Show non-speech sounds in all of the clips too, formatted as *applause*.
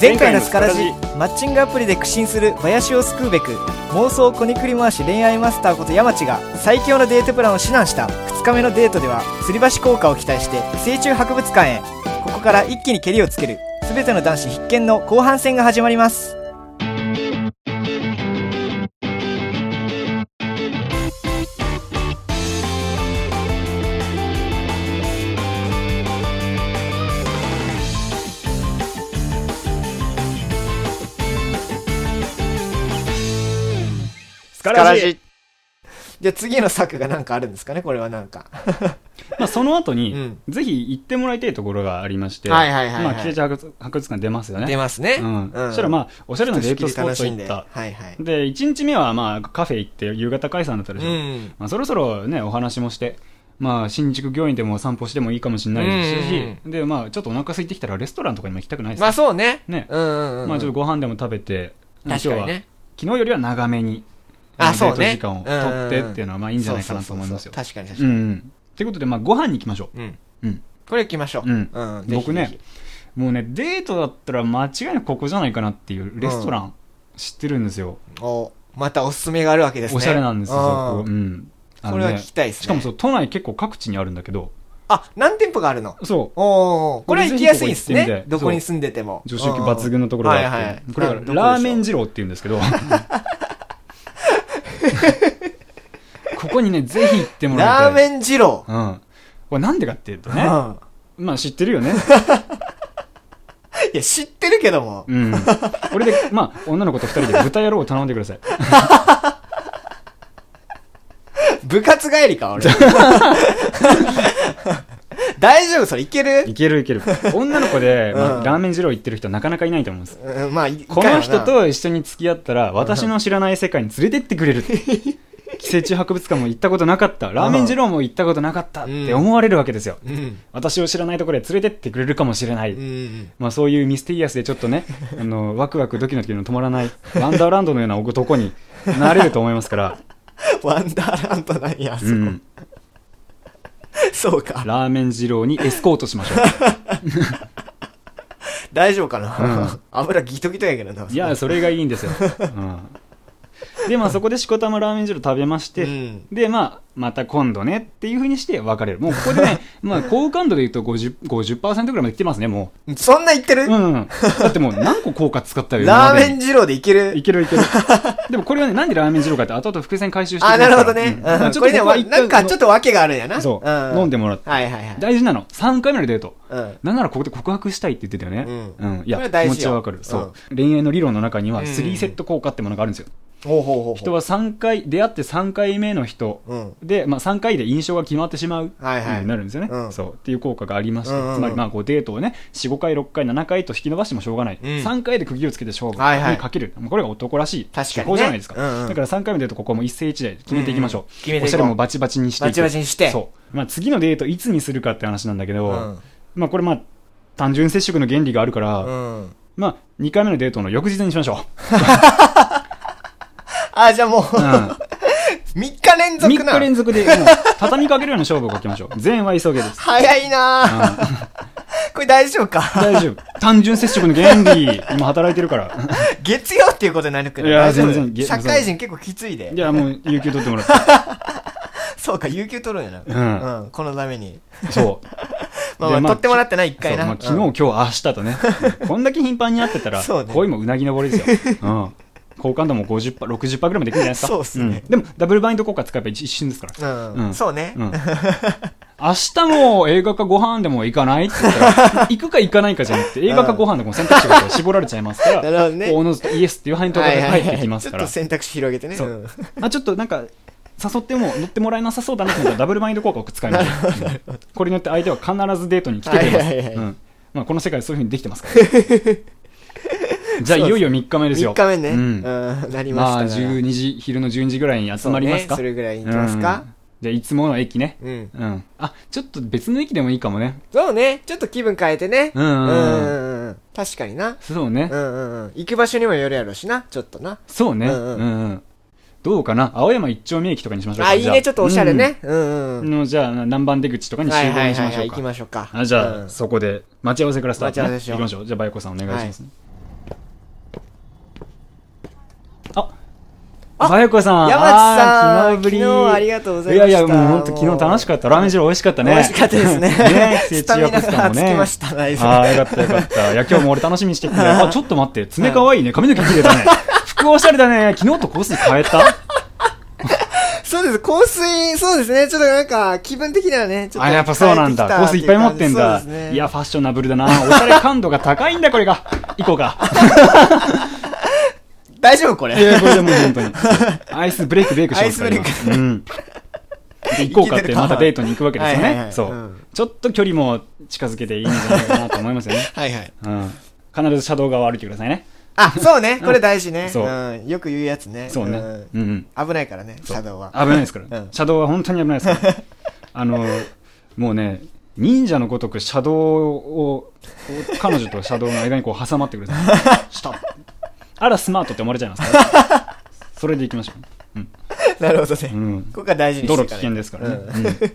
前回のスカラジマッチングアプリで苦心する林を救うべく妄想こにくり回し恋愛マスターこと山地が最強のデートプランを指南した2日目のデートでは吊り橋効果を期待して成虫博物館へここから一気にケリをつける全ての男子必見の後半戦が始まりますスカラジじゃあ次の策が何かあるんですかねこれは何か *laughs* まあ、その後に、うんぜひ行ってもらいたいところがありまして、はいはいはいはいまあ、キテチ博物博物館出ますよね。出ますねうん。そしたら、まあ、おしゃれなデートスポット行った。はいはいで、1日目は、まあ、カフェ行って夕方解散だったでしょ。うんまあ、そろそろね、お話もして、まあ、新宿御苑でも散歩してもいいかもしれないですし、うんで、まあ、ちょっとお腹空いてきたらレストランとかにも行きたくないですまか、あそうねねうんうんうんまあ、ちょっとご飯でも食べて、まあ確かに今日はね、昨日よりは長めに、あのそうねデート時間を取ってっていうのは、まあ、いいんじゃないかなと思いますよ。そうそうそうそう確かに確うかにん。ということで、まあ、ご飯に行きましょう。うんうんこれ行きましょううんうんぜひ僕ぜねもうねデートだったら間違いなくここじゃないかなっていうレストラン知ってるんですよ、ひおまたおすすめがあるわけですねおしゃれなんですよそこううんんあこのれねは聞きたいですねしかもそう都内結構各地にあるんだけどあ何店舗があるのそおおこれは行きやすいんですぜひここ行ってねみてどこに住んでてもう女子力抜群のところがあって、はいはいこれがうんどこでしょうラーメン二郎っていうんですけど *laughs* ここにねぜひ行ってもらいたいラーメン二郎うんこれなんでかっていうとうんね、まあ知ってるよね。いや知ってるけどもうん。俺で、まあ女の子と二人で豚野郎を頼んでください。部活帰りか俺 *laughs* 大丈夫それいけるいけるい *laughs* ける。女の子で、まあうんラーメン二郎行ってる人はなかなかいないと思うんです。うんまあいいこかのな人と一緒に付き合ったら、私の知らない世界に連れてってくれる。 *laughs* 寄生虫博物館も行ったことなかった。ラーメン二郎も行ったことなかったって思われるわけですよ。うん私を知らないところへ連れてってくれるかもしれない。うんまあそういうミステリアスでちょっ *laughs* とね、あの、ワクワクドキドキの止まらない、ワンダーランドのような男になれると思いますから、ワンダーランドなん *laughs* や、あそこうん、そうか。ラーメン二郎にエスコートしましょう。大丈夫かな、油ギトギトやけどな。いや、それがいいんです *laughs* よ。うん、で、まあそこでしこたまラーメン汁食べまして、うんで、まあ、また今度ねっていうふうにして別れる。もうここ *laughs* でね、まあ好感度で言うと 50%, 50ぐらいまで来てますね、もそんな言ってる、う。うん、うん。だってもう何個効果使ったよ、ラーメ今まン二郎でいけでいるけるいける。 *laughs* でもこれはね、なんでラーメン二郎かって後々伏線回収していきあ、ますかならるほどね。うんうんまあちょこっれね、と僕はわ一な回んかちょっと訳があるんやな。そう、ん飲んでもらって。はいはいはい。大事なの。3回目のデート。うん。なんならここで告白したいって言ってたよね。うんいや、これは大気事よ持ちはわかる。そう。恋愛の理論の中にはうん3セット効果ってものがあるんですよ。ほうほうほうほう。人は3回出会って3回目の人うん。で、まあ、3回で印象が決まってしまうってはいはいいうなるんですよね、うんそうっていう効果がありまして、うんうんうんつまりまあこうデートをね45回6回7回と引き伸ばしてもしょうがない、うん3回で釘をつけて勝負はいはいにかける、もうこれが男らしい確かにね手法じゃないですか、うんうんだから3回目のデートここはもう一世一代で決めていきましょう,、うんうん決めていこうおしゃれもバチバチにしていくバチバチにしてそう、まあ、次のデートいつにするかって話なんだけど、うんまあ、これまあ単純接触の原理があるから、うん。まあ、2回目のデートの翌日にしましょあ、じゃあもう、う、 *laughs* うん3日連続3な。日連続で、もう、畳みかけるような勝負をかけましょう。 *laughs* 全は急げです。早いなぁ。あ *laughs* これ大丈夫か大丈夫。単純接触の原理、今働いてるから。 *laughs* 月曜っていうことになるけど。いや大丈夫全然げ社会人結構きついでい。や、もう、有給取ってもらって。そうか、有給取るんやうな。うん。このために。そう。 *laughs* まあまであ、まあ取ってもらってない、一回そうな。まあ、昨日、今日、明日 *laughs* とね。こんだけ頻繁に会ってたら、そうね恋もうなぎ登 *laughs* りですよ。うん。好感度も50%、60%ぐらいまでいくんじゃないですか。そうっすねんでも、ダブルバインド効果使えば一瞬ですから。うん。うんそうね。うん。明日も映画かご飯でも行かないって言った *laughs* ら、行くか行かないかじゃなくて、映画かご飯でも選択肢がこう絞られちゃいますから、なるほどねこうおのずとイエスっていう範囲のところで入ってきますかちょらっと、選択肢広げてね。そうんまあちょっとなんか、誘っても乗ってもらえなさそうだなと思ったらダブルマインド効果を使いましょ *laughs* ううんこれによって相手は必ずデートに来てくれまはいはいはいすうん。まあこの世界はそういうふうにできてます *laughs* から。じゃあいよいよ3日目です3よ。日目ね。ううんん。なりましたまあが12時、昼の12時ぐらいに集まりますか。そうねそれぐらいに行きますかうん。じゃあいつもの駅ね。うん。うん。あ、ちょっと別の駅でもいいかもね。そうね。ちょっと気分変えてね。うんうんううんんうん。確かにな。そうねう。んうんうん。行く場所にもよるやろしな。ちょっとな。そうね。ううんんううん。どうかな青山一丁目駅とかにしましょうか。あ、いいじゃね。ちょっとおしゃれ。ね。うんううんん。の、じゃあ、南蛮出口とかに集はい合はいにしはまいしょはうい。か行き。ましょうか。あじゃあ、うんそこで待ち合わせからスタート、ね、待ち合わせしよう行きましょうじゃあバイコさんお願いしますね、あバヨコさん、山地さあーん昨日ぶり。昨日ありがとうございいまやしいたや、もう本当昨日楽しかった。ラーメン汁美味しかったね。美味しかったですねね、季スタ節ミナ薬物が感つもきねま。しただいぶああ、よかったよかった。いや、今日も俺楽しみにしてき *laughs* て。あ、ちょっと待って。爪可愛いね。髪の毛切れたね。服おしゃれだね。昨日とコース変えたそうです香水そうですねちょっとなんか気分的にはねちょっとあ、やっぱそうなんだ。コ変えーてスいきったぱい持ってんだそうです。ねいや、ファッショナブルだな。おしゃれ感度が高いんだ、これが。いこうか。大丈夫これいや、これでもう本当に。 *laughs* アイスブレイクブレイクしますから。アイスブ今うん。で行こうかっいけてて、るかまたデートに行くわけですはよいはいはねい。。そううんちょっと距離も近づけていいんじゃないかなと思いますよね。 *laughs* はいはい *laughs* うん。必ず車道側を歩いてくださいね。あそうねこれ大事ねそううんよく言うやつねそうね。んうんうん。危ないからねそう車道は *laughs* 危ないですから、うん車道は本当に危ないです *laughs* からあのもうね忍者のごとく車道をこう彼女と車道の間にこう挟まってくる *laughs* 下あらスマートって思われちゃいますからそれで行きましょう、なるほどうねんうん、ここが大事にし道て路い危かない険ですからね、うんうんで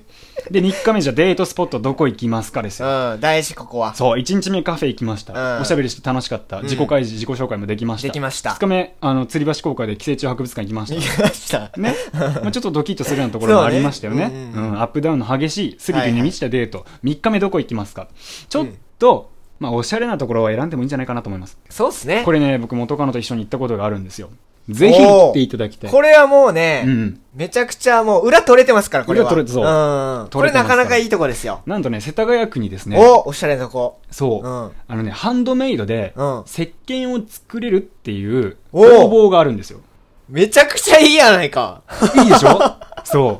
3日目じゃデートスポットどこ行きますかですようん大事ここはそう1日目カフェ行きました、うんおしゃべりして楽しかった自己開示、自己紹介もできましたできました2日目あの吊り橋公開で寄生虫博物館行きました行 *laughs* きましたね、まあちょっとドキッとするようなところもありましたよねそうねううんうんんアップダウンの激しいスリルに満ちたデート、3日目どこ行きますかちょっと、まあ、おしゃれなところを選んでもいいんじゃないかなと思いますそうっすねこれね僕元カノと一緒に行ったことがあるんですよぜひ行っていただきたいこれはもうねうんめちゃくちゃもう裏取れてますからこれは裏取れてそううんこ取れれてなますかからなかいいとこですよなんとね世田谷区にですねおおしゃれなとこそう、うんあのねハンドメイドでうん石鹸を作れるっていうお工房があるんですよめちゃくちゃいいやないかいいでし *laughs* ょそう。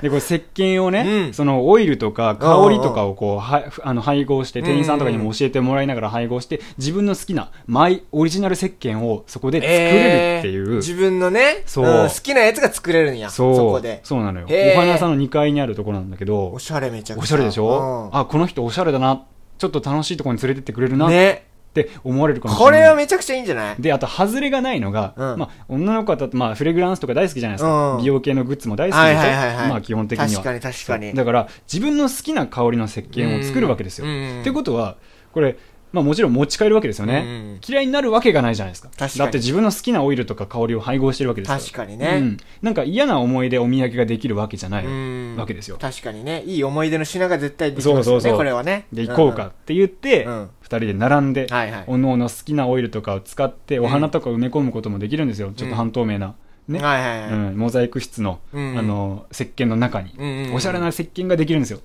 で、これ石鹸をね、うんそのオイルとか香りとかをこう、はあの配合して、店員さんとかにも教えてもらいながら配合して、自分の好きなマイオリジナル石鹸をそこで作れるっていえーう。自分のねそうん好きなやつが作れるんやそう。こでそうなのよ。へーお花屋さんの2階にあるところなんだけどお、しゃれめちゃくちゃおしゃれでしょ、ああ、この人おしゃれだな。ちょっと楽しいところに連れてってくれるなっねて思われるかもしこれない。れはめちゃくちゃいいんじゃないで、あと、外れがないのが、うんまあ、女の子だと、まあ、フレグランスとか大好きじゃないですか。うん美容系のグッズも大好きでしょ、はいはいはいはいまあ、基本的には。確かに確かにそうだから、自分の好きな香りの石鹸を作るわけですよ。うんうんうんってことは、これ、まあ、もちろん持ち帰るわけですよね、うんうん嫌いになるわけがないじゃないですか。確かにだって、自分の好きなオイルとか香りを配合してるわけですよ。確かにねうん。なんか嫌な思い出、お土産ができるわけじゃないうんわけですよ。確かにねいい思い出の品が絶対できますよねそうそうそうこれはねで行こうかって言って、うん二うん人で並んで、はいはいおのおの好きなオイルとかを使ってお花とか埋め込むこともできるんですよ、ちょっと半透明な、ね、はいはいはいうん、モザイク質の,、うんあの石鹸の中に、うんうんうんおしゃれな石鹸ができるんですよ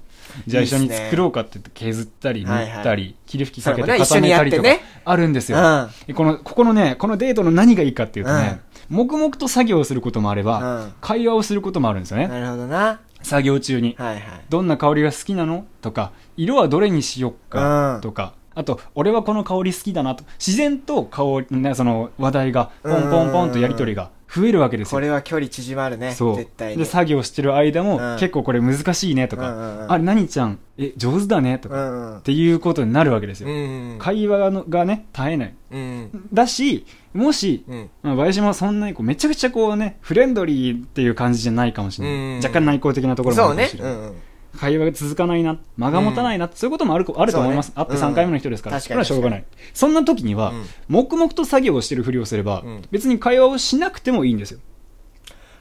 じゃあいいっ一す緒ねに作ろうかって言って削ったりはいはい塗ったり霧吹きかけそれてもね固めたりと一緒かにやってねあるんですよ、うんでこのここのねこのデートの何がいいかっていうとね、黙々と作業をすることもあれば、うん会話をすることもあるんですよね、なるほどな作業中に、はいはいどんな香りが好きなのとか色はどれにしよっうかんとか、あと俺はこの香り好きだなと自然と香り、ね、その話題がポンポンポンとやり取りが増えるわけですこよ。れは距離縮まるねそう絶対でに作業してる間も、うん結構これ難しいねとか、うんうんうんあれ何ちゃんえ上手だねとうか、っんうんていうことになるわけですよ。うん会話のがね絶えないうんだしもし、うんまあ、林もそんなにこうめちゃくちゃこうねフレンドリーっていう感じじゃないかもしれない、うんうん若干内向的なところもあそうるかもねしれうなんい、うん会話が続かないな間が持たないな、そういうこともあるあると思います、そうねあって3回目の人ですから、うんそれはしょうがないそんな時には、うん黙々と作業をしてるふりをすれば、うん別に会話をしなくてもいいんですよ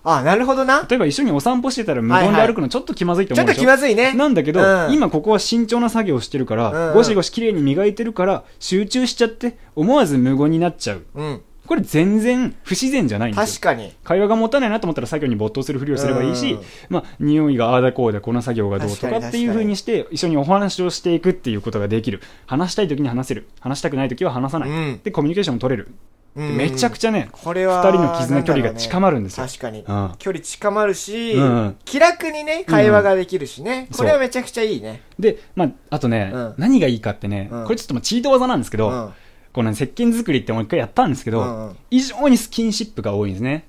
あなるほどな例えば一緒にお散歩してたら無言で歩くのちょっと気まずいとちょ思っうとでし気ょ、まずいねなんだけど、うん今ここは慎重な作業をしてるから、うんうんゴシゴシ綺麗に磨いてるから集中しちゃって思わず無言になっちゃううんこれ全然不自然じゃないんです確よかに会話が持たないなと思ったら作業に没頭するふりをすればいいし、うんまあ、匂いがああだこうだこの作業がどうと確かかにっていうふうにして一緒にお話をしていくっていうことができる話したい時に話せる話したくない時は話さない、うんでコミュニケーションも取れる、でうんめちゃくちゃねこれは二人の絆距離が近まるんですよなんだろうね確かに、うん距離近まるし、うん気楽にね会話ができるしね、うんこれはめちゃくちゃいいねで、まあ、あとね、うん何がいいかってね、うんこれちょっともうチート技なんですけど、うんこのね石鹸作りってもう一回やったんですけど、うんうん非常にスキンシップが多いんですね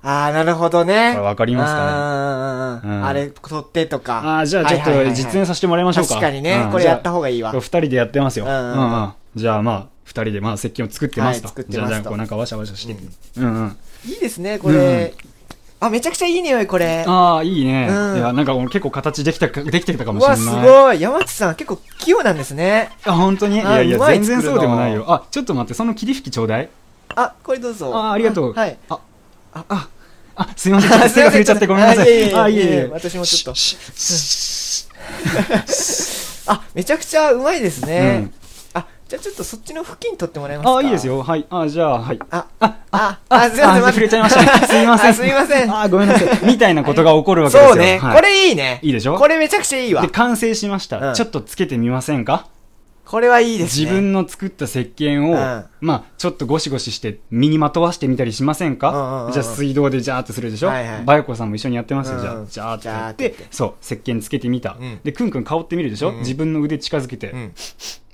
ああなるほどねこれわかりますかねかうんあれ取ってとかああーじゃあちょっはいはいはいとはい実演させてもらいましょうか、確かにね、うんこれやった方がいいわ2人でやってますよ、うんうんうんじゃあまあ2人でまあ石鹸を作ってますと,、はい作ってますとじゃあじゃあこうなんかわしゃわしゃして、うんうん、いいですねこれ、あめちゃくちゃいい匂いこれああいいね、うんいやなんか俺結構形できたかできてたかうもしれなわいすごい山内さん結構器用なんですねあ本当にいあーやいうやまい全然作るそのうでもないよあちょっと待ってその霧吹きちょうだいあこれどうぞあーありがとうはいああああす *laughs* いませんちょっと手が触れちゃってごめんなさあえいえあいいええいいええ私もちょっとシュッシュッシュッあめちゃくちゃうまいですうねん、あじゃあちょっとそっちの付近取ってもらえますかあいいですよはいあじゃあはいああああすいませんあ触れちゃいま *laughs* したねすいませあんすいませんあごめん *laughs* なさいみたいなことが起こるわけですよそうね、はいこれいいねいいでしょこれめちゃくちゃいいわで完成しました、うんちょっとつけてみませんかこれはいいですね自分の作った石鹸を、うんまあちょっとゴシゴシして身にまとわしてみたりしませんか、うんうんうんうんじゃあ水道でジャーってするでしょ、はいはいバイコさんも一緒にやってますよ、うんうんじゃあジャーっジャーっててやってやそう石鹸つけてみた、うんでくんくん香ってみるでしょ、うんうん自分の腕近づけて、うん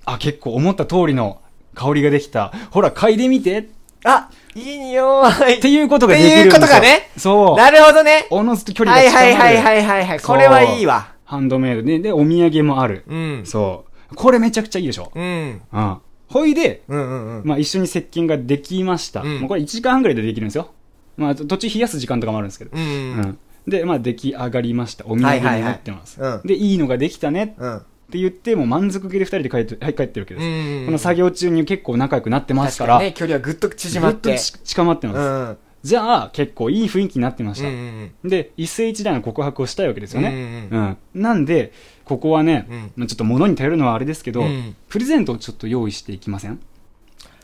あ結構思った通りの香りができたほら嗅いでみてっあいい匂いていうことができるんですよっていうことがねそうなるほどねおのずと距離はがい近まはる、いはいはいはいはいこれはいいわハンドメイドででお土産もある、うんそうこれめちゃくちゃいいでしょ、うんうん、ほいでうんうんうんまあ、一緒に接近ができました、うんもうこれ1時間半ぐらいでできるんですよ、まあ、途中冷やす時間とかもあるんですけど、うんうんうんで、まあ、出来上がりましたお土産になってます、はいはいはいうんでいいのができたねっうんて言ってもう満足げで2人で帰って,、はい、帰ってるわけです、うんこの作業中に結構仲良くなってます確かからにね距離はぐっと縮まっぐてっとち近まってます、うんうんじゃあ結構いい雰囲気になってましうんた、うんで一世一代の告白をしたいわけですよね、うんうんなんでここはね、うんまあちょっと物に頼るのはあれですけど、うんプレゼントをちょっと用意していきません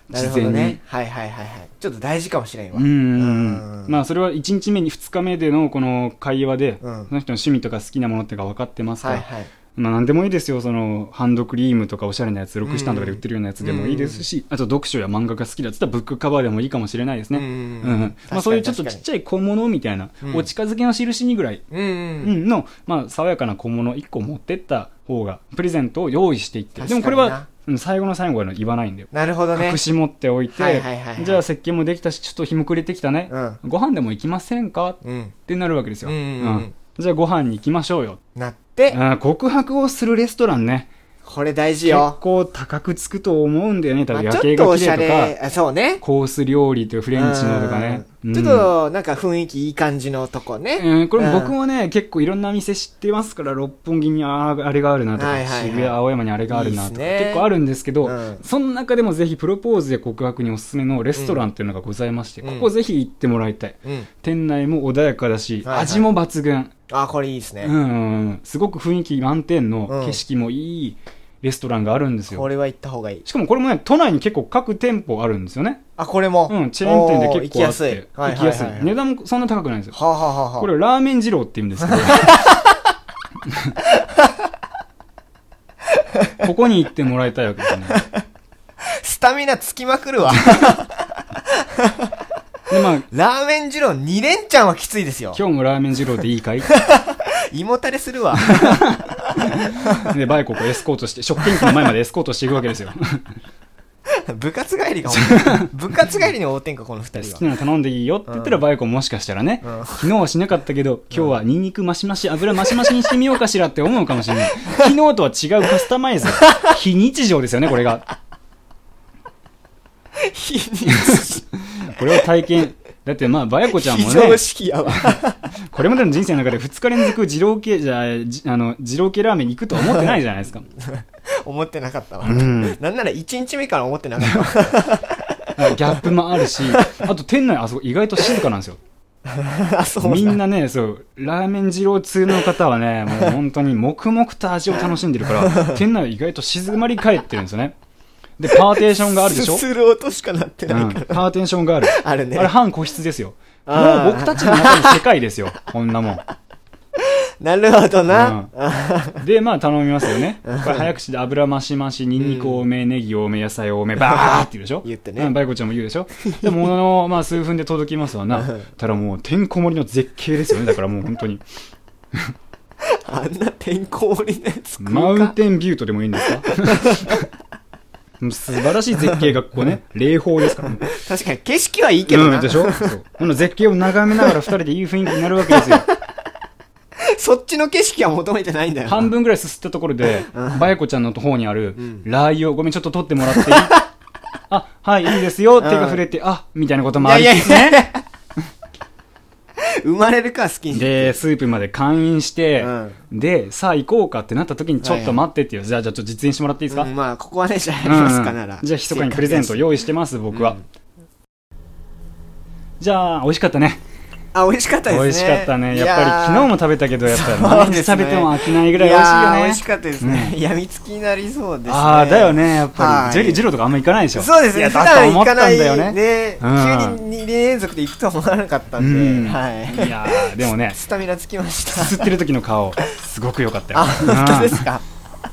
なるほど事前にねはいはいはいはいちょっと大事かもしれんわうんうんううんんまあそれは1日目に2日目でのこの会話で、うんその人の趣味とか好きなものってか分かってますから、はいはいまあ何でもいいですよそのハンドクリームとかおしゃれなやつロックスタンドとかで売ってるようなやつでもいいですし、あと読書や漫画が好きだったらブックカバーでもいいかもしれないですね、うんうんうん確かまにあ、そういうちょっとちっちゃい小物みたいな、うんお近づけの印にぐらいうんうんうんの、まあ、爽やかな小物1個持ってった方がプレゼントを用意していって確でかにもなこれは、うん最後の最後は言わないんだよなるほどね隠し持っておいて、はいはいはいはいじゃあ石鹸もできたしちょっと日も暮れてきたね、うご飯でも行きませんかっうんてなるわけですよ、うんうんうんじゃあご飯に行きましょうよなってあー告白をするレストランねこれ大事結よ構高くつくと思うんだよね多まあ分夜ちょ景っとがお綺しゃ麗れとかあそうねコース料理というフレンチのとかね、うんうんちょっとなんか雰囲気いい感じのとこねうん、これもうん僕もね、結構いろんな店知ってますから六本木にああれがあるなとか、はいはいはい渋谷青山にあれがあるなとかいいっすね結構あるんですけど、うんその中でもぜひプロポーズや告白におすすめのレストランっていうのがございまして、うんここぜひ行ってもらいたいうん店内も穏やかだし、はいはい味も抜群、あこれいいですうんうねんうん、すごく雰囲気満点うのん景色もいいレストランがあるんですよ、これは行った方がいいしかもこれもね都内に結構各店舗あるんですよね、あこれもうん、チェーン店で結構あっておー行行ききややすすいいはいはいはい値段もそんな高くないんですよはあはあはあはあこれラーメン二郎って言うんですけどここに行ってもらいたいわけですねスタミナつきまくるわでまあラーメン二郎2連チャンはきついですよ今日もラーメン二郎でいいかい胃もたれする *laughs* わでバイコをこうエスコートして食券機の前までエスコートしていくわけですよ部活帰りが *laughs* ほんと部活帰りに大天下この好2人きはなの頼んでいいよって言ったらバイコもしかしたらね、 *laughs* 昨日はしなかったけど今日はニンニクマシマシ油マシマシにしてみようかしらって思うかもしれない昨日とは違うカスタマイズ非日常ですよねこれが非日これを体験だってまあバイコちゃんもね常識やわこれまでの人生の中で2日連続二郎系じゃじあの二郎系ラーメンに行くとは思ってないじゃないですか *laughs* 思ってなかったわんなんなら1日目から思ってなかったわあギャップもあるしあと店内あそこ意外と静かなんですよ *laughs* あそうみんななねそうラーメン二郎通の方はねもう本当に黙々と味を楽しんで *laughs* るから店内は意外と静まり返ってるんですよねでパーテーションがあるでしょ、うすする音しかなってないん、からパーテーションがあるあるねあれ半個室ですよもあーう僕たちの中の世界ですよこんなもんなるほどな。でまあ頼みますよねこれ早口で油増し増しにんにく多め、ネギ多め野菜多めバーって言うでしょ言ってねうんバイコちゃんも言うでしょでもものの、まあ、数分で届きますわなただもうてんこ盛りの絶景ですよねだからもう本当にあんな天候にね、作るか。マウンテンビューとでもいいんですかもう素晴らしい絶景がここね霊峰ですからね確かに景色はいいけどうな。ん、でしょそうこの絶景を眺めながら二人でいい雰囲気になるわけですよそっちの景色は求めてないんだよな。 *laughs* 半分ぐらいすすったところで、バイコちゃんの方にあるん、ラー油を、ごめん、ちょっと取ってもらっていい *laughs* あ、はい、いいですよ、手が触れて、あ、みたいなこともあいりやついつやいね。 *laughs* や。生まれるか、スキンシップで、スープまで勘引して、で、さあ行こうかってなった時に、ちょっと待ってっていう、じゃあ、じゃあ、ちょっと実演してもらっていいですか、うんまあ、ここはね、じゃあやりますかなら。じゃあ、密かにプレゼントせっ用意してます、僕は。じゃあ美味しかったねあ美味しかったですね美味しかったねいやっぱり昨日も食べたけどやっぱりそう毎で日すね食べても飽きないぐらい美味しいよやねー美味しかったですね、やみつきになりそうですねああだよねやっぱはいりジェリジェロとかあんま行かないでしょそうですいねや普だと段思行っかたんないだよねで、うん急に2連続で行くとは思わなかったうんで、んはいやーでもねスタミナつきましすすったてる時の顔すごく良かったよあ本当ですか *laughs* か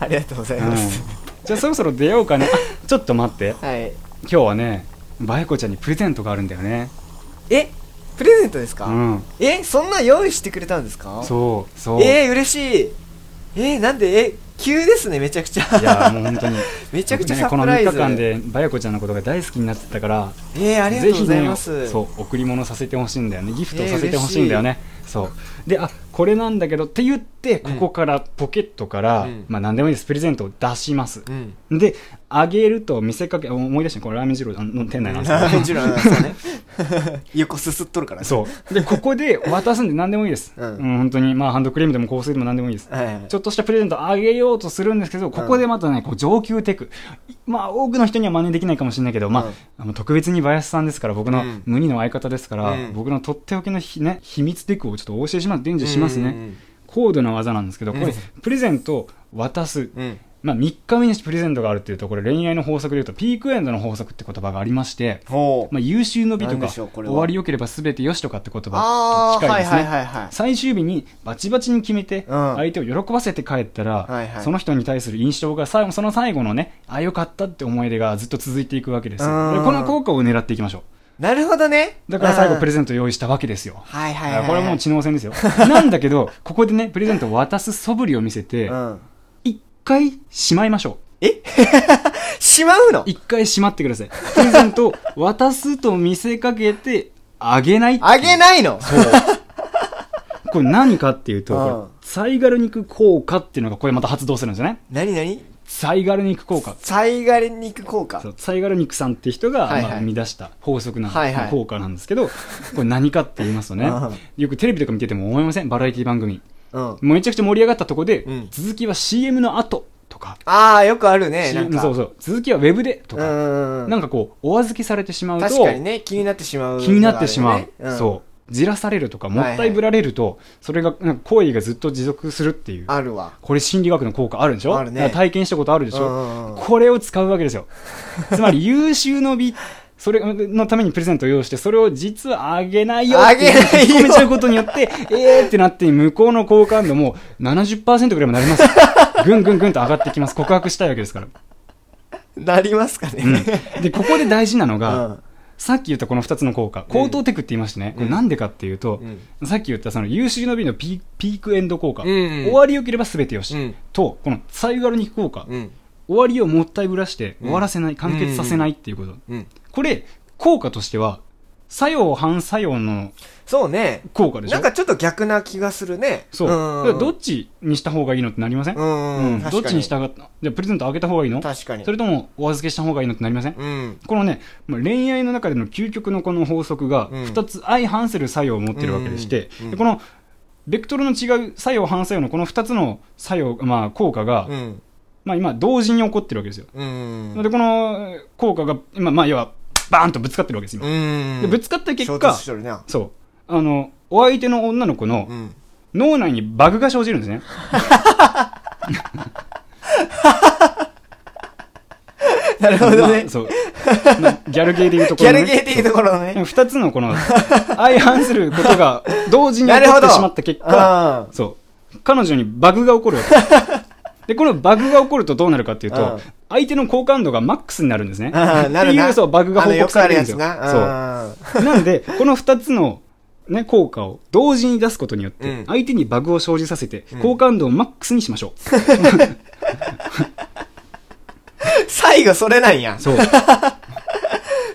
ありがとうござい *laughs* ます、じゃあそろそろ出ようかねあちょっと待ってはい今日はねバイコちゃんにプレゼントがあるんだよねえプレゼントですか、うんえそんな用意してくれたんですかそうそういえー、嬉しいえー、なんでえ急ですねめちゃくちゃやーもう本当にめちゃくちゃねサプこのライズ、 3日間でバイコちゃんのことが大好きになってたから *laughs* えー、ありがとうございます、ぜひね、そう贈り物させてほしいんだよねギフトをさせてほしいんだよね、そうであこれなんだけどって言ってここからポケットから、うんまあ何でもいいですプレゼントを出しますう、んであげると見せかけ思い出したこれラーメン二郎の店内なんですけどラー *laughs* メン二郎なんですよね横すすっとるからねそうでここで渡すんで何でもいいです、うんうん本当にまあハンドクリームでも香水でも何でもいいです、はいはいちょっとしたプレゼントあげようとするんですけど、ここでまたね、こう上級テク。まあ、多くの人には真似できないかもしれないけど、まあ、うんあの特別に林さんですから、僕うのん無二の相方ですから、うん僕のとっておきのひ、ね、秘密テクをちょっとお教えします、伝授しますうんうんうねん。高度な技なんですけど、これ、うんプレゼントを渡す。うんまあ、3日目にしてプレゼントがあるっていうと、これ恋愛の法則でいうと、ピークエンドの法則って言葉がありまして、ほう、まあ、優秀の美となんかでしょうこれ終はわり良ければ全てよしとかって言葉あとー近いですね、はいはいはいはい最終日にバチバチに決めてうん相手を喜ばせて帰ったら、はいはいその人に対する印象が最後その最後のねあよかったって思い出がずっと続いていくわけですようんでこの効果を狙っていきましょなるほどねうだから最後プレゼンゼント用意したわけですよトはいはいはい、はい、これはもう知能戦ですよ *laughs* なんだけどここでねプレゼントを渡す素振りを見せてうん一回しまいましょうしまうの一回しまってくださいプレゼントを渡すと見せかけてあげないっていうあげないのこれ何かっていうと、うんこれサイガル肉効果っていうのがこれまた発動するんですよね。 *laughs* 何何サイガル肉効果。サイガレ肉効果そうサイガル肉さんって人が、はいはいまあ、生み出した法則なん、はいはい効果なんですけど、これ何かって言いますとね、うんよくテレビとか見てても思いませんバラエティ番組。うんめちゃくちゃ盛り上がったとこで、うん続きは CM の後とか、ああよくあるねなん CM かそうそう、続きはウェブでとうか、んうんなうんんかこう、お預けされてしまうと、確かにね気になってしまう気になってしまう、そそうじらされるとかもったいぶられると、それがなんか行為がずっと持続するっていううんあるわこれ心理学の効果あるでしょあるねだから体験したことあるでしょ、うんうんうんこれを使うわけですよつま *laughs* り優秀の美それのためにプレゼントを用意してそれを実はあげないよってあげないよ込めちゃうことによって *laughs* えーってなって向こうの好感度も70%ぐらいもな *laughs* りますよぐんぐんぐんと上がってきます告白したいわけですから、なりますか *laughs* ねうんでここで大事なのうが、んさっき言ったこの2つの効果、口頭テクって言いましたね、これなんでかっていうと、さっき言ったその優秀の美のピピークエンド効果、うんうん終わりよければ全てよし、うんと、この最悪に効果、うん終わりをもったいぶらしてん終わらせない、完結させないっていうこと、うんこれ、効果としては、作用、反作用のそうね効果でしょなんかちょっと逆な気がするねそう、んだからどっちにした方がいいのってなりません、うんうん確かどにっちにしたがったじゃあプレゼントあげた方がいいの確かにそれともお預けした方がいいのってなりません、うんこのね、まあ、恋愛の中での究極のこの法則がうん2つ相反する作用を持ってるわけでして、うんうんでこのベクトルの違う作用反作用のこの2つの作用、まあ、効果が、うんまあ、今同時に起こってるわけですよ、うんでこの効果が今、まあ、要はバーンとぶつかってるわけです今、うんでぶつかった結衝果突しとるなそうあのお相手の女の子のうん脳内にバグが生じるんですね、 *laughs* なるほどまねあそう、まあギャルゲーでいうとギころャルのねゲーっていうところのね2つのこの *laughs* 相反することが同時に起こってしまった結果あそう彼女にバグが起こるわけ *laughs* でこのバグが起こるとどうなるかっていううんと相手の好感度がマックスになるんですねあなるっていなうそうバグが報告されるんですよあのよくあるやつなそうなんでこの2つのね、効果を同時に出すことによっうてん相手にバグを生じさせてうん好感度をマックスにしましょう、うん *laughs* 最後それなんや *laughs* そう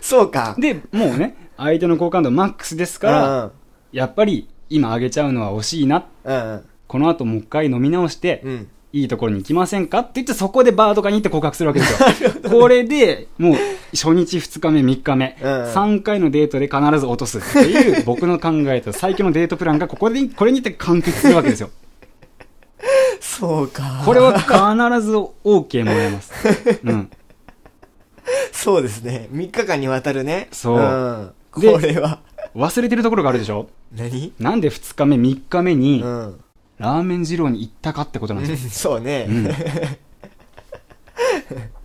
そうかでもうね相手の好感度マックスですからやっぱり今あげちゃうのは惜しいなうんうんこの後もう一回飲み直して、うんいいところに行きませんかって言ってそこでバーとかに行って告白するわ *laughs* けですよ。これでもう初日2日目3日目、うんうん3回のデートで必ず落とすっていう僕の考えた最強のデートプランがここでこれにて完結するわけですよ。 *laughs* そうかこれは必ず OK もらえます。 *laughs* うん。そうですね3日間にわたるねそううんこれは忘れてるところがあるでしょ何なんで2日目3日目にうん、ラーメン二郎に行ったかってことなんうでん、すそうね、うんよ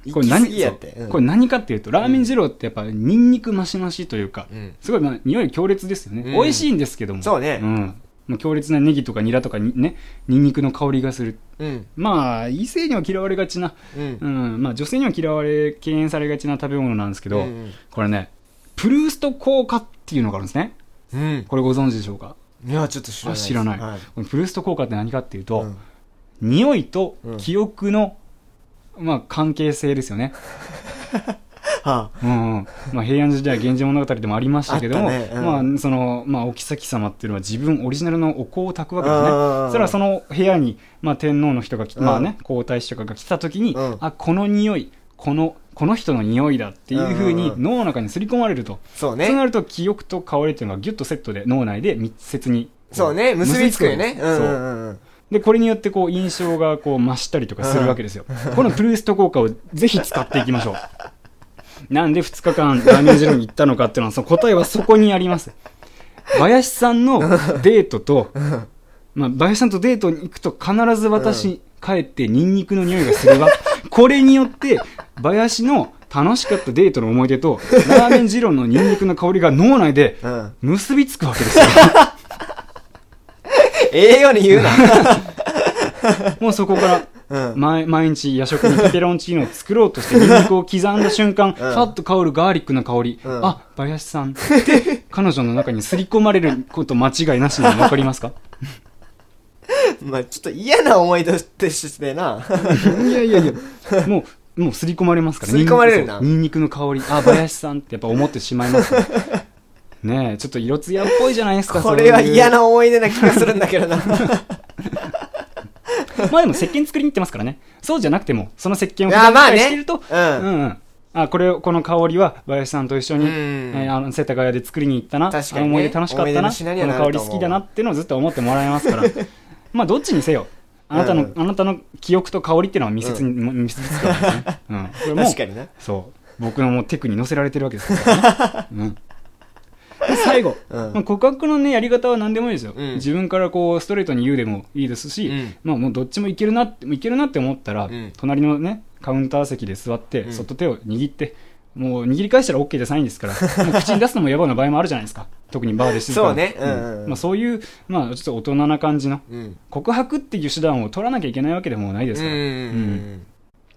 *laughs* 行き過ぎやって、そううんこれ何かっていうとラーメン二郎ってやっぱニンニクマシマシというかうんすごいまあ匂い強烈ですよねうん美味しいんですけどもそうねんもう強烈なネギとかニラとかにねニンニクの香りがするうんまあ異性には嫌われがちなうんうんまあ女性には嫌われ敬遠されがちな食べ物なんですけど、うんうんこれねプルースト効果っていうのがあるんですねうんこれご存知でしょうかいやちょっと知らないあ知らない、はいこのプルースト効果って何かっていうと、うん匂いとうん記憶の、まあ、関係性ですよね、はあうんうんまあ、平安時代「源氏物語」でもありましたけども、あったねうんまあ、そのまあお妃様っていうのは自分オリジナルのお香を炊くわけですねうんそれはその部屋に、まあ、天皇の人が来た、うんまあね、皇太子とかが来た時に、うんあこの匂いこのこの人の匂いだっていうふううんうんにうん脳の中にすり込まれると、そうそうなねると記憶と香りっていうのがギュッとセットで脳内で密接にそうね結びつくよねうんそううんうんでこれによってこう印象がこう増したりとかするわけですよ、このプルースト効果をぜひ使っていきましょうなんで2日間ラーメン二郎に行ったのかっていうのはその答えはそこにあります林さんのデートと、まあ、林さんとデートに行くと必ず私帰ってニンニクの匂いがするわこれによって林の楽しかったデートの思い出とラーメン二郎のニンニクの香りが脳内でうんうん結びつくわけですよええように言うなもうそこからうん毎毎日夜食にペペロンチーノを作ろうとしてニンニクを刻んだ瞬間、ファッと香るガーリックの香り、うんあ林さんって彼女の中に刷り込まれること間違いなしなの分かりますかまあちょっと嫌な思い出としてないやいやいやもうもう刷り込まれますから *laughs* 刷り込まれるなニンニクの香りあ林さんってやっぱ思ってしまいますねねえちょっと色艶っぽいじゃないですかこれはそういう嫌な思い出な気がするんだけど *laughs* なまあでも石鹸作りに行ってますからねそうじゃなくてもその石鹸をいやまあね振り返してると、うんうんうんあこれをこの香りは林さんと一緒に、うんえーあの世田谷で作りに行ったな、確かあにねの思い出楽しかっ思い出たなのこ品にはのなると香思うり好きだなっていうのをずっと思ってもらえます *laughs* からまあどっちにせよあなたの、うんあなたの記憶と香りっていうのは密接に、密接ですからね、 *laughs* うん、これも確かになそう僕のもうテクに乗せられてるわけですからね、うんで最後、うんまあ告白のねやり方は何でもいいですよ、うん自分からこうストレートに言うでもいいですし、うんまあもうどっちもいけるなっていけるなって思ったら、うん隣のねカウンター席で座って、うんそっと手を握ってもう握り返したら OK じゃないんですから *laughs* もう口に出すのも野暮な場合もあるじゃないですか特にバーでしてそうねうんうんうんまあ、そういう、まあ、ちょっと大人な感じのうん告白っていう手段を取らなきゃいけないわけでもないですから、うん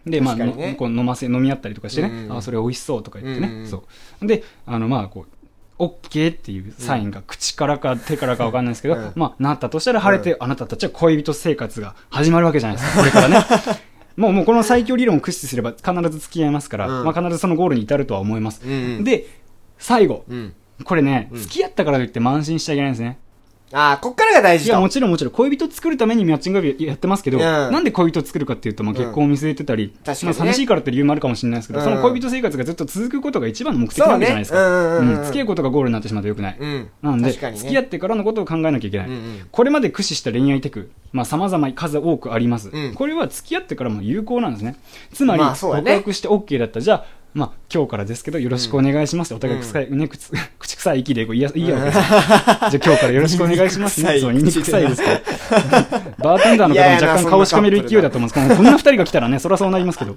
で、まあ、確かにねのこう飲ませ、飲み合ったりとかしてね、うんあ、それ美味しそうとか言ってね、うんそう。で、あの、まあ、こう、オッケーっていうサインが口からか手からかわかんないですけど、うんまあ、なったとしたら晴れて、あなたたちは恋人生活が始まるわけじゃないで *laughs* すか、これからね。もう、もうこの最強理論を駆使すれば必ず付き合いますから、うんまあ、必ずそのゴールに至るとは思います。うんで、最後。うんこれね、うん付き合ったからといって慢心しちゃいけないんですね。ああこっからが大い事や、もだちろんもちろん、恋人作るためにマッチングアプリやってますけど、うんなんで恋人作るかっていうと、まあ、うん結婚を見据えてたり、確かにねまあ、寂しいからって理由もあるかもしれないですけど、うんその恋人生活がずっと続くことが一番の目的なそうわけじゃないねですうか。んうんうんうん付き合うことがゴールになってしまうとよくない。うんなんで、確かにね付き合ってからのことを考えなきゃいけない。うんうんこれまで駆使した恋愛テク、まあ、様々数多くあります、うんこれは付き合ってからも有効なんですね。つまり、まあそうだ告ね白して OK だった、じゃあ、まあ、今日からですけど、よろしくお願いします。お互い臭い、ね、口 *laughs* 口臭い息でこう言いや言い合うわけですよじゃあ今日からよろしくお願いし *laughs* ますね。そう、ニニンンニニクク臭臭いいですから。 *laughs* バーテンダーの方も若干顔しかめる勢いだと思うんですけど、こんな二人が来たらね、そりゃそうなります *laughs* けど。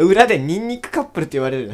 裏でニンニクカップルって言われる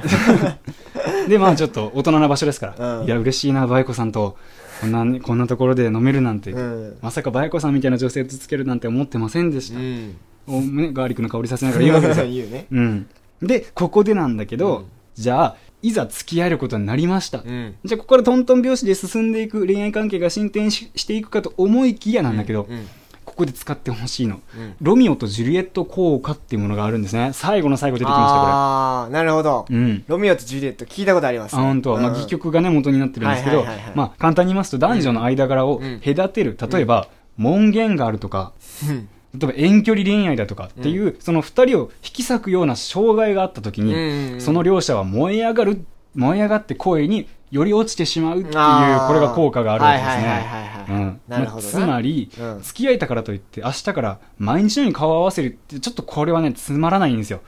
で、まあちょっと大人な場所ですから。うんいや、嬉しいな、バイコさんと。こんなね、こんなところで飲めるなんて。うんまさかバイコさんみたいな女性とつけるなんて思ってませんでしうた。んおね、ガーリックの香りさせながら言うわ *laughs* けですよ。言うねうん。で、ここでなんだけど、うんじゃあ、いざ付き合えることになりました。うんじゃあ、ここからトントン拍子で進んでいく恋愛関係が進展ししていくかと思いきやなんだけど、うんここで使ってほしいの、うんロミオとジュリエット効果っていうものがあるんですね最後の最後出てきましたこああなるほどれうんロミオとジュリエット聞いたことありますあ本当は、まあ、うん戯曲がね元になってるんですけど、はいはいはいはいまあ、簡単に言いますと男女の間柄をうん隔てる、例えば門限があるとかうん例えば遠距離恋愛だとかっていう、その2人を引き裂くような障害があった時に、うんその両者は燃え上がる燃え上がって恋により落ちてしまうっていうこれあーが効果があるわけですはいはいはいはいはいねうんなるほどなまあつまり、うん付き合えたからといって明日から毎日のように顔を合わせるってちょっとこれはねつまらないんですよ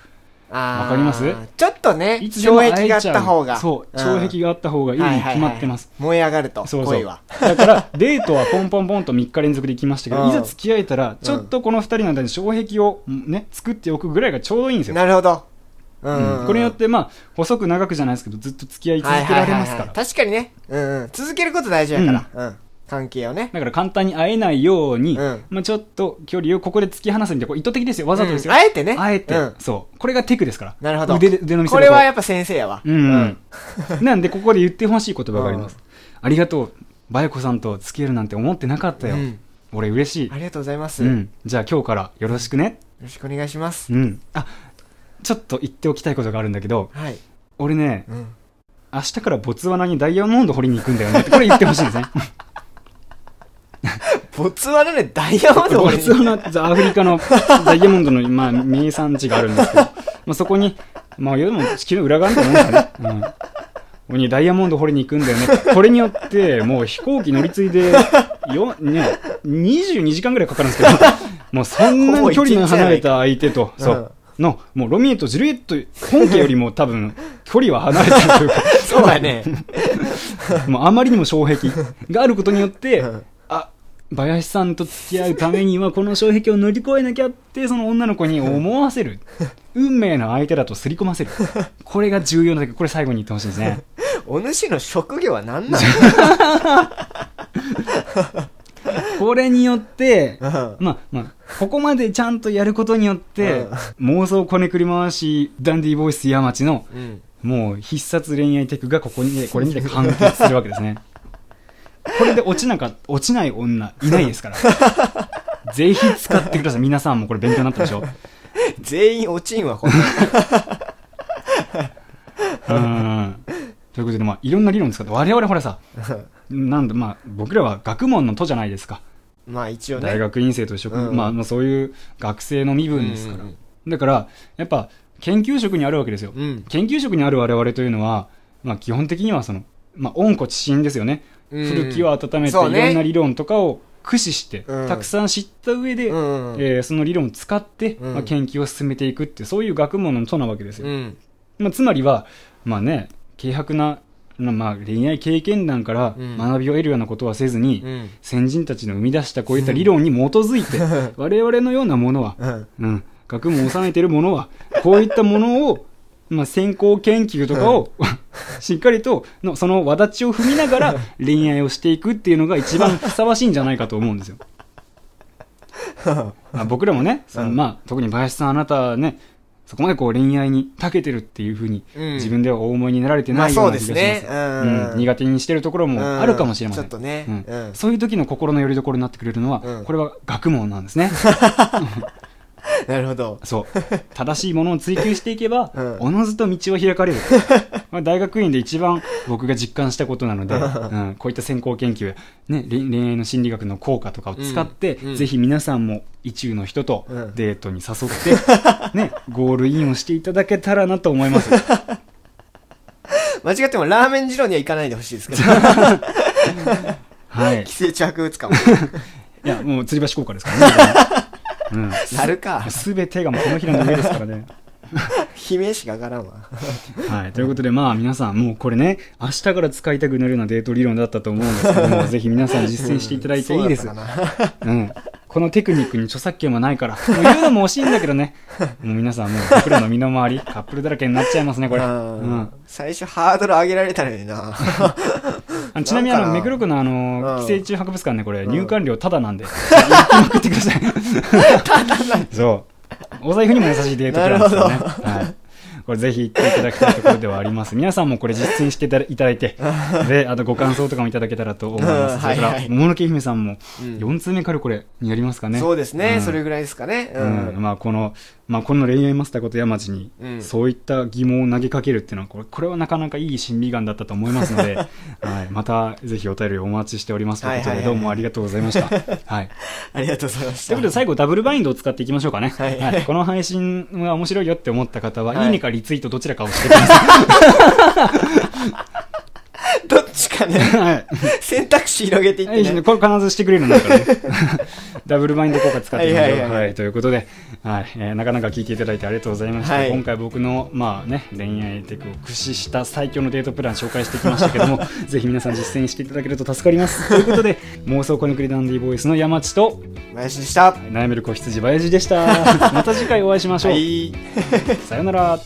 あーわかりますちょっとね、いつでも障会壁えがあっちゃうた方が。そううん障壁があった方がいいに決まってます、はいはいはい燃え上がると、そうそ恋うは。だからデートはポンポンポンと3日連続で行きましたけど、うんいざ付き合えたらちょっとこの2人の間に障壁をね作っておくぐらいがちょうどいいんですよなるほど。ううんこれによってまあ細く長くじゃないですけどずっと付き合い続けられはますから、いはいはいはい確かにね。うんうん。続けること大事やから。うん。関係をね。だから簡単に会えないように、うんまあ、ちょっと距離をここで突き放すんでこう意図的ですよわざとですよ、うんあえてねあえて、うんそうこれがテクですからなるほど。腕で腕の見せこ所れはやっぱ先生やわ。うん、 *laughs* なんでここで言ってほしい言葉があります、ありがとうバヤコさんと付き合えるなんて思ってなかったよ、うん俺嬉しいありがとうございます。うよん、じゃあ今日からよろしくねろしくお願いします。うんあちょっと言っておきたいことがあるんだけどはい。俺ねうん。明日からボツワナにダイヤモンド掘りに行くんだよねってこれ言ってほしいんですねボツワナでダイヤモンドをボ俺にツワナってアフリカのダイヤモンドの、まあ、名産地があるんですけど、まあ、そこに、まあ、いわゆる地球の裏側みたいなもんですよね、うんここにダイヤモンド掘りに行くんだよねこれによってもう飛行機乗り継いでよ、ね、22時間ぐらいかかるんですけどもうそんなに距離の離れた相手と、うんそうのもうロミエとジュリエット本家よりも多分距離は離れてるというかそうだね。もうあまりにも障壁があることによって、うんあ林さんと付き合うためにはこの障壁を乗り越えなきゃってその女の子に思わせる運命の相手だとすり込ませるこれが重要なだけこれ最後に言ってほしいですねお主の職業は何 *laughs* なこれによってのうんまあまあここまでちゃんとやることによって妄想こねくり回しダンディボイス山地のうん。もう必殺恋愛テクがここにこれにて完結するわけですねこれで落ちなか落ちない女いないですからぜひ使ってください皆さんもこれ勉強になったでしょ全員落ちんわ、こんなんうんということで、まあ、いろんな理論使って我々ほらさなんでまあ僕らは学問の都じゃないですか *laughs* まあ一応ね。大学院生と職、うんまあ、まあそういう学生の身分ですから、うんうんだからやっぱ研究職にあるわけですよ、うん研究職にある我々というのは、まあ、基本的にはその、まあ、温故知新ですよね、うん古きを温めていそろうねんな理論とかを駆使して、うんたくさん知った上で、うんうん。えーその理論を使って、うんまあ、研究を進めていくってそういう学問の都なわけですよ、うん。まあ、つまりはまあね軽薄な、まあ、恋愛経験談からうん学びを得るようなことはせずに、うん。先人たちの生み出したこういった理論に基づいて、 *laughs* 我々のようなものは、うん。うん、学問を収めているものはこういったものを、まあ、先行研究とかを *laughs* しっかりとのその轍を踏みながら恋愛をしていくっていうのが一番ふさわしいんじゃないかと思うんですよ。まあ僕らもね、その *laughs* うんまあ、特に林さんあなたねそこまでこう恋愛に長けてるっていうふうにうん自分ではお思いになられてないような気がしまます,、あそうですねうん苦手にしてるところもあるかもしれません、うんちょっとねううんそういう時の心の拠り所になってくれるのは、うんこれは学問なんですねなるほど。そう *laughs* 正しいものを追求していけば、 *laughs* うんおのずと道は開かれ *laughs* るまあ大学院で一番僕が実感したことな *laughs* ので、うん、こういった先行研究や、ね、恋恋愛の心理学の効果とかを使って、うんうんぜひ皆さんも意中の人とうんデートに *laughs* 誘って、ね、ゴールインをしていただけたらなと思います間違ってもラーメン二郎には行かないでほしいですけど。はい寄生虫博 *laughs* 物館も。いやもう吊り橋効果ですから *laughs* ね、猿かうん、。全てがもうこのひらの上ですからね悲鳴しか上がらんわ。はい、ということで、まあ皆さん、もうこれね、明日から使いたくなるようなデート理論だったと思うんですけど *laughs* も、ぜひ皆さん実践していただいていいです。そううだったかなん、このテクニックに著作権はないから、もう言うのも惜しいんだけどね、もう皆さん、もう僕らの身の回り、カップルだらけになっちゃいますね、これ。ううんん、最初ハードル上げられたのにな。あのちなみにあなんかのな目黒区のあのうん寄生虫博物館ねこれうん入館料タ *laughs* ダなんで行きまくってくださいそうお財布にも優しいデートプランですよねなるはいこれぜひ行っていただきたいところではあります皆さんもこれ実践していただいただ *laughs* いてであとご感想とかもいただけたらと思いまうんすそれかはいらはい桃の木姫さんもうん4通目かるこれにやりますかねそうですね、うんそれぐらいですかね。ううんん。まあこのまあこの恋愛マスターこと山地にうんそういった疑問を投げかけるっていうのはこれこれはなかなかいい審美眼だったと思います *laughs* ので、はい、またぜひお便りをお待ちしておりますということはいではいはいどうもありがとうござ *laughs* いました。はい、ありがとうございましとた。いうことで最後ダブルバインドを使っていきましょうかね。はいこの配信は面白いよって思った方は、はいい、いねかリツイートどちらかをしてくださどっちかね、い。はい *laughs* 選択肢広げていっ *laughs* いいてねね。 *laughs* これ必ずしてくれるんだからね。ダブルバインド効果使っていきましょはう。いはいはいはいはいということで、はいえーなかなか聞いていただいてありがとうございました。はい今回僕の、まあね、恋愛テクを駆使した最強のデートプラン紹介してきましたけど *laughs* も、ぜひ皆さん実践していただけると助かります。ということで、妄想コネクリダンディボーイスの山地と、林でした *laughs* 悩める子羊林でした。また次回お会いしましょう。はいさよなら。